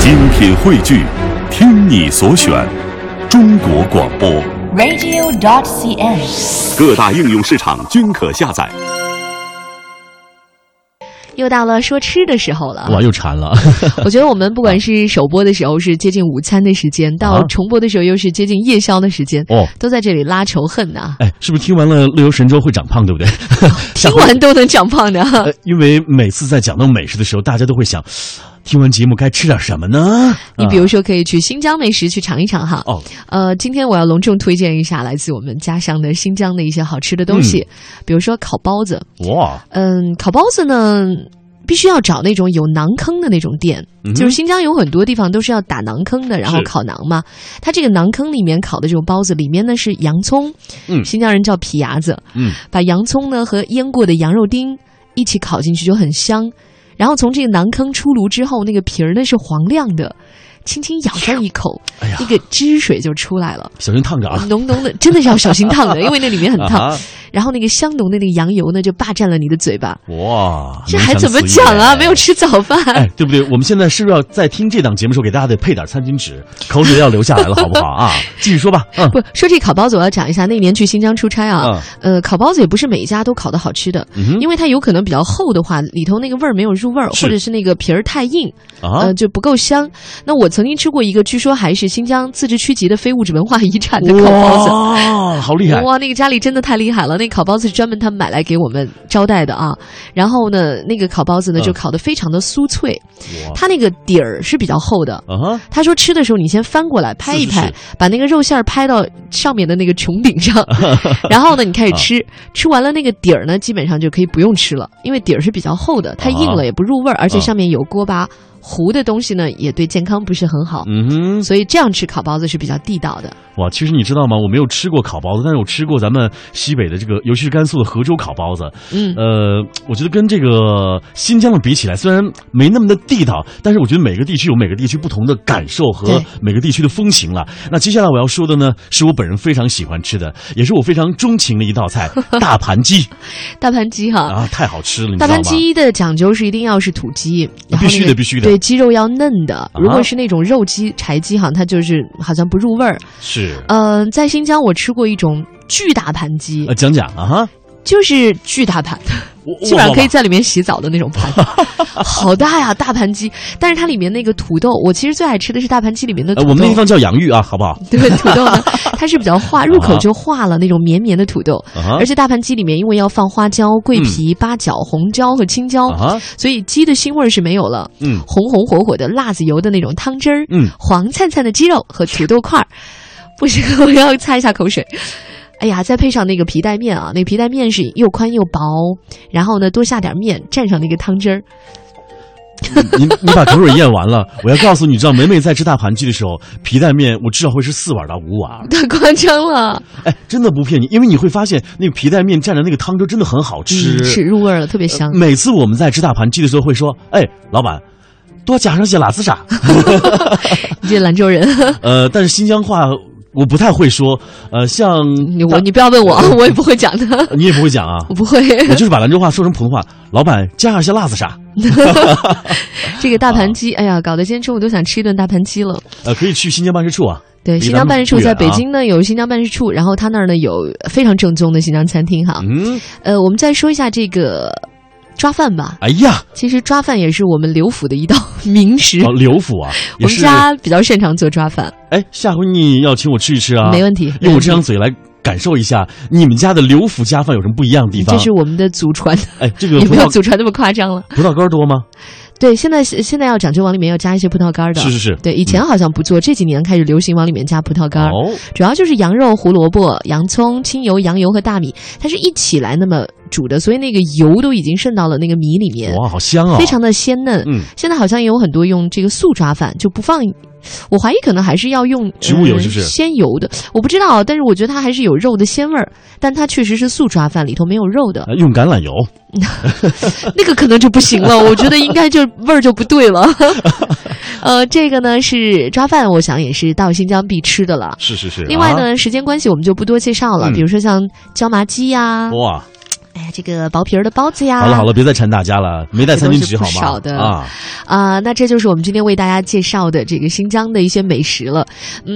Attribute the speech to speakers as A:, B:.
A: 精品汇聚，听你所选，中国广播。
B: radio.cn。
A: 各大应用市场均可下载。
C: 又到了说吃的时候了。
D: 哇，又馋了，
C: 我觉得我们不管是首播的时候是接近午餐的时间，到
D: 啊
C: 重播的时候又是接近夜宵的时间，
D: 哦。
C: 都在这里拉仇恨啊呐、
D: 哎，是不是听完了《乐游神州》会长胖，对不对？
C: 听完都能长 胖的。
D: 呃，因为每次在讲到美食的时候，大家都会想，听完节目该吃点什么呢？
C: 你比
D: 啊
C: 如说，可以去新疆美食去尝一尝哈。
D: 哦，
C: 呃，今天我要隆重推荐一下来自我们家乡的新疆的一些好吃的东西，
D: 嗯
C: 比如说烤包子。
D: 哇，
C: 嗯，烤包子呢，必须要找那种有馕坑的那种店。
D: 嗯哼
C: 就是新疆有很多地方都是要打馕坑的，然后
D: 是
C: 烤馕嘛。它这个馕坑里面烤的这种包子，里面呢是洋葱，
D: 嗯
C: 新疆人叫皮牙子，
D: 嗯，
C: 把洋葱呢和腌过的羊肉丁一起烤进去就很香。然后从这个馕坑出炉之后，那个皮儿呢是黄亮的，轻轻咬上一口，
D: 哎呀
C: 那，个汁水就出来了，
D: 小心烫着啊！
C: 浓浓的，真的是要小心 烫的，因为那里面很嗯烫。
D: 啊哈，
C: 然后那个香浓的那个羊油呢，就霸占了你的嘴巴。
D: 哇，
C: 这
D: 浓
C: 还
D: 香
C: 怎么
D: 四溢
C: 讲啊？
D: 哎
C: 没有吃早饭。
D: 哎，对不对？我们现在是不是要在听这档节目的时候给大家得配点餐巾纸？口水要流下来了，好不好啊？继续说吧，嗯
C: 不说这烤包子，我要讲一下那年去新疆出差啊，
D: 嗯
C: 呃，烤包子也不是每一家都烤的好吃的，
D: 嗯哼
C: 因为它有可能比较厚的话，里头那个味儿没有入味儿，
D: 是
C: 或者是那个皮儿太硬，
D: 啊
C: 呃，，就不够香。那我曾经吃过一个，据说还是新疆自治区级的非物质文化遗产的烤包子。
D: 哇，好厉害！
C: 哇，那个家里真的太厉害了！那个烤包子是专门他们买来给我们招待的啊。然后呢，那个烤包子呢
D: 嗯
C: 就烤得非常的酥脆，
D: 哇
C: 它那个底儿是比较厚的，
D: 啊哈，
C: 他说吃的时候你先翻过来拍一拍，
D: 是
C: 把那个肉馅儿拍到上面的那个穹顶 上，然后呢你开始
D: 啊
C: 吃，吃完了那个底儿呢，基本上就可以不用吃了，因为底儿是比较厚的，太硬了
D: 啊
C: 也不入味儿，而且
D: 啊
C: 上面有锅巴，糊的东西呢也对健康不是很好。
D: 嗯哼，
C: 所以这样吃烤包子是比较地道的，
D: 哇，其实你知道吗？我没有吃过烤包子，但是我吃过咱们西北的这个，尤其是甘肃的河州烤包子。
C: 嗯，
D: 呃，我觉得跟这个新疆的比起来，虽然没那么的地道，但是我觉得每个地区有每个地区不同的感受和
C: 对
D: 每个地区的风情了。那接下来我要说的呢，是我本人非常喜欢吃的，也是我非常钟情的一道 菜——大盘鸡
C: 大盘鸡哈。
D: 啊，太好吃了，你知
C: 大
D: 道吗
C: 盘？鸡的讲究是一定要是土鸡，然后
D: 啊必须
C: 那个
D: 的必须的
C: 对，鸡肉要嫩的。如果
D: 啊
C: 是那种肉鸡、柴鸡，好像它就是好像不入味儿。
D: 是
C: 嗯、在新疆我吃过一种巨大盘鸡，
D: 呃，讲讲啊哈，
C: 就是巨大盘，
D: 我
C: 基本上可以
D: 哇
C: 在里面洗澡的那种盘， 好大呀，大盘鸡。但是它里面那个土豆，我其实最爱吃的是大盘鸡里面的
D: 呃
C: 土
D: 我们那地
C: 豆。
D: 方叫洋芋啊，好不好？
C: 对土豆 呢，它是比较化，入口就化了那种绵绵的土豆，
D: 啊哈
C: 而且大盘鸡里面因为要放花椒、桂皮、八角、红椒和青椒，
D: 啊哈，
C: 所以鸡的腥味儿是没有了。
D: 嗯
C: 红红火火的辣子油的那种汤汁儿，
D: 嗯，
C: 黄灿灿的鸡肉和土豆块儿，不行，我要擦一下口水。 哎呀，再配上那个皮带面啊，那皮带面是又宽又薄，然后呢多下点面蘸上那个汤汁儿，
D: 你你把口水咽完了，我要告诉你，知道每每在吃大盘鸡的时候，皮带面我至少会吃四碗到五碗，
C: 太夸张了，
D: 哎，真的不骗你，因为你会发现那个皮带面蘸着那个汤汁真的很好吃。
C: 嗯是入味儿了，特别香。
D: 每次我们在吃大盘鸡的时候会说，哎，老板。多加上些辣子啥？
C: 你这兰州人，
D: 呃，但是新疆话我不太会说，呃，像
C: 你我你不要问我，我也不会讲的，
D: 你也不会讲啊，
C: 我不会。
D: 呃我就是把兰州话说成普通话。老板加上些辣子啥？
C: 这个大盘鸡，哎呀，搞得今天中午都想吃一顿大盘鸡了。
D: 呃，可以去新疆办事处啊。
C: 对，
D: 离
C: 新
D: 咱
C: 疆
D: 们
C: 办事处
D: 不远
C: 在
D: 啊
C: 北京呢，有新疆办事处，然后他那儿呢有非常正宗的新疆餐厅哈。
D: 嗯，
C: 呃，我们再说一下这个抓饭吧。
D: 哎呀，
C: 其实抓饭也是我们刘府的一道名食，
D: 哦，刘府啊，也
C: 我们
D: 是。
C: 家比较擅长做抓饭，
D: 哎，下回你要请我吃一吃啊，
C: 没问题。
D: 用我这
C: 没问
D: 张
C: 题，
D: 嘴来感受一下你们家的刘府家饭有什么不一样的地方。
C: 这是我们的祖传，
D: 哎，这个
C: 也
D: 葡
C: 没有
D: 萄
C: 祖传那么夸张了。
D: 葡萄干儿多吗？
C: 对，现在现在要讲究往里面要加一些葡萄干儿的。
D: 是是是，
C: 对，以啊前好像不做，这几年开始流行往里面加葡萄干儿，
D: 哦，
C: 主要就是羊肉、胡萝卜、洋葱、清油、羊油和大米，它是一起来那么煮的，所以那个油都已经渗到了那个米里面，
D: 哇，好香啊！
C: 非常的鲜嫩。
D: 嗯，
C: 现在好像也有很多用这个素抓饭，就不放。我怀疑可能还是要用
D: 植物油
C: 呃
D: 是不是
C: 鲜油的，我不知道，但是我觉得它还是有肉的鲜味儿，但它确实是素抓饭，里头没有肉 的，
D: 呃用橄榄油，
C: 那个可能就不行 了，我觉得应该就味儿就不对了。 呃，这个呢是抓饭，我想也是到新疆必吃的了。
D: 是是是啊
C: 另外，呢，时间关系我们就不多介绍了，
D: 嗯
C: 比如说像椒麻鸡呀、
D: 啊哇，
C: 哎呀，这个薄皮儿的包子呀。
D: 好了好了，别再馋大家了，没带餐巾纸好
C: 啊这都是不
D: 吗？
C: 少的
D: 啊，
C: 呃啊、那这就是我们今天为大家介绍的这个新疆的一些美食了。嗯，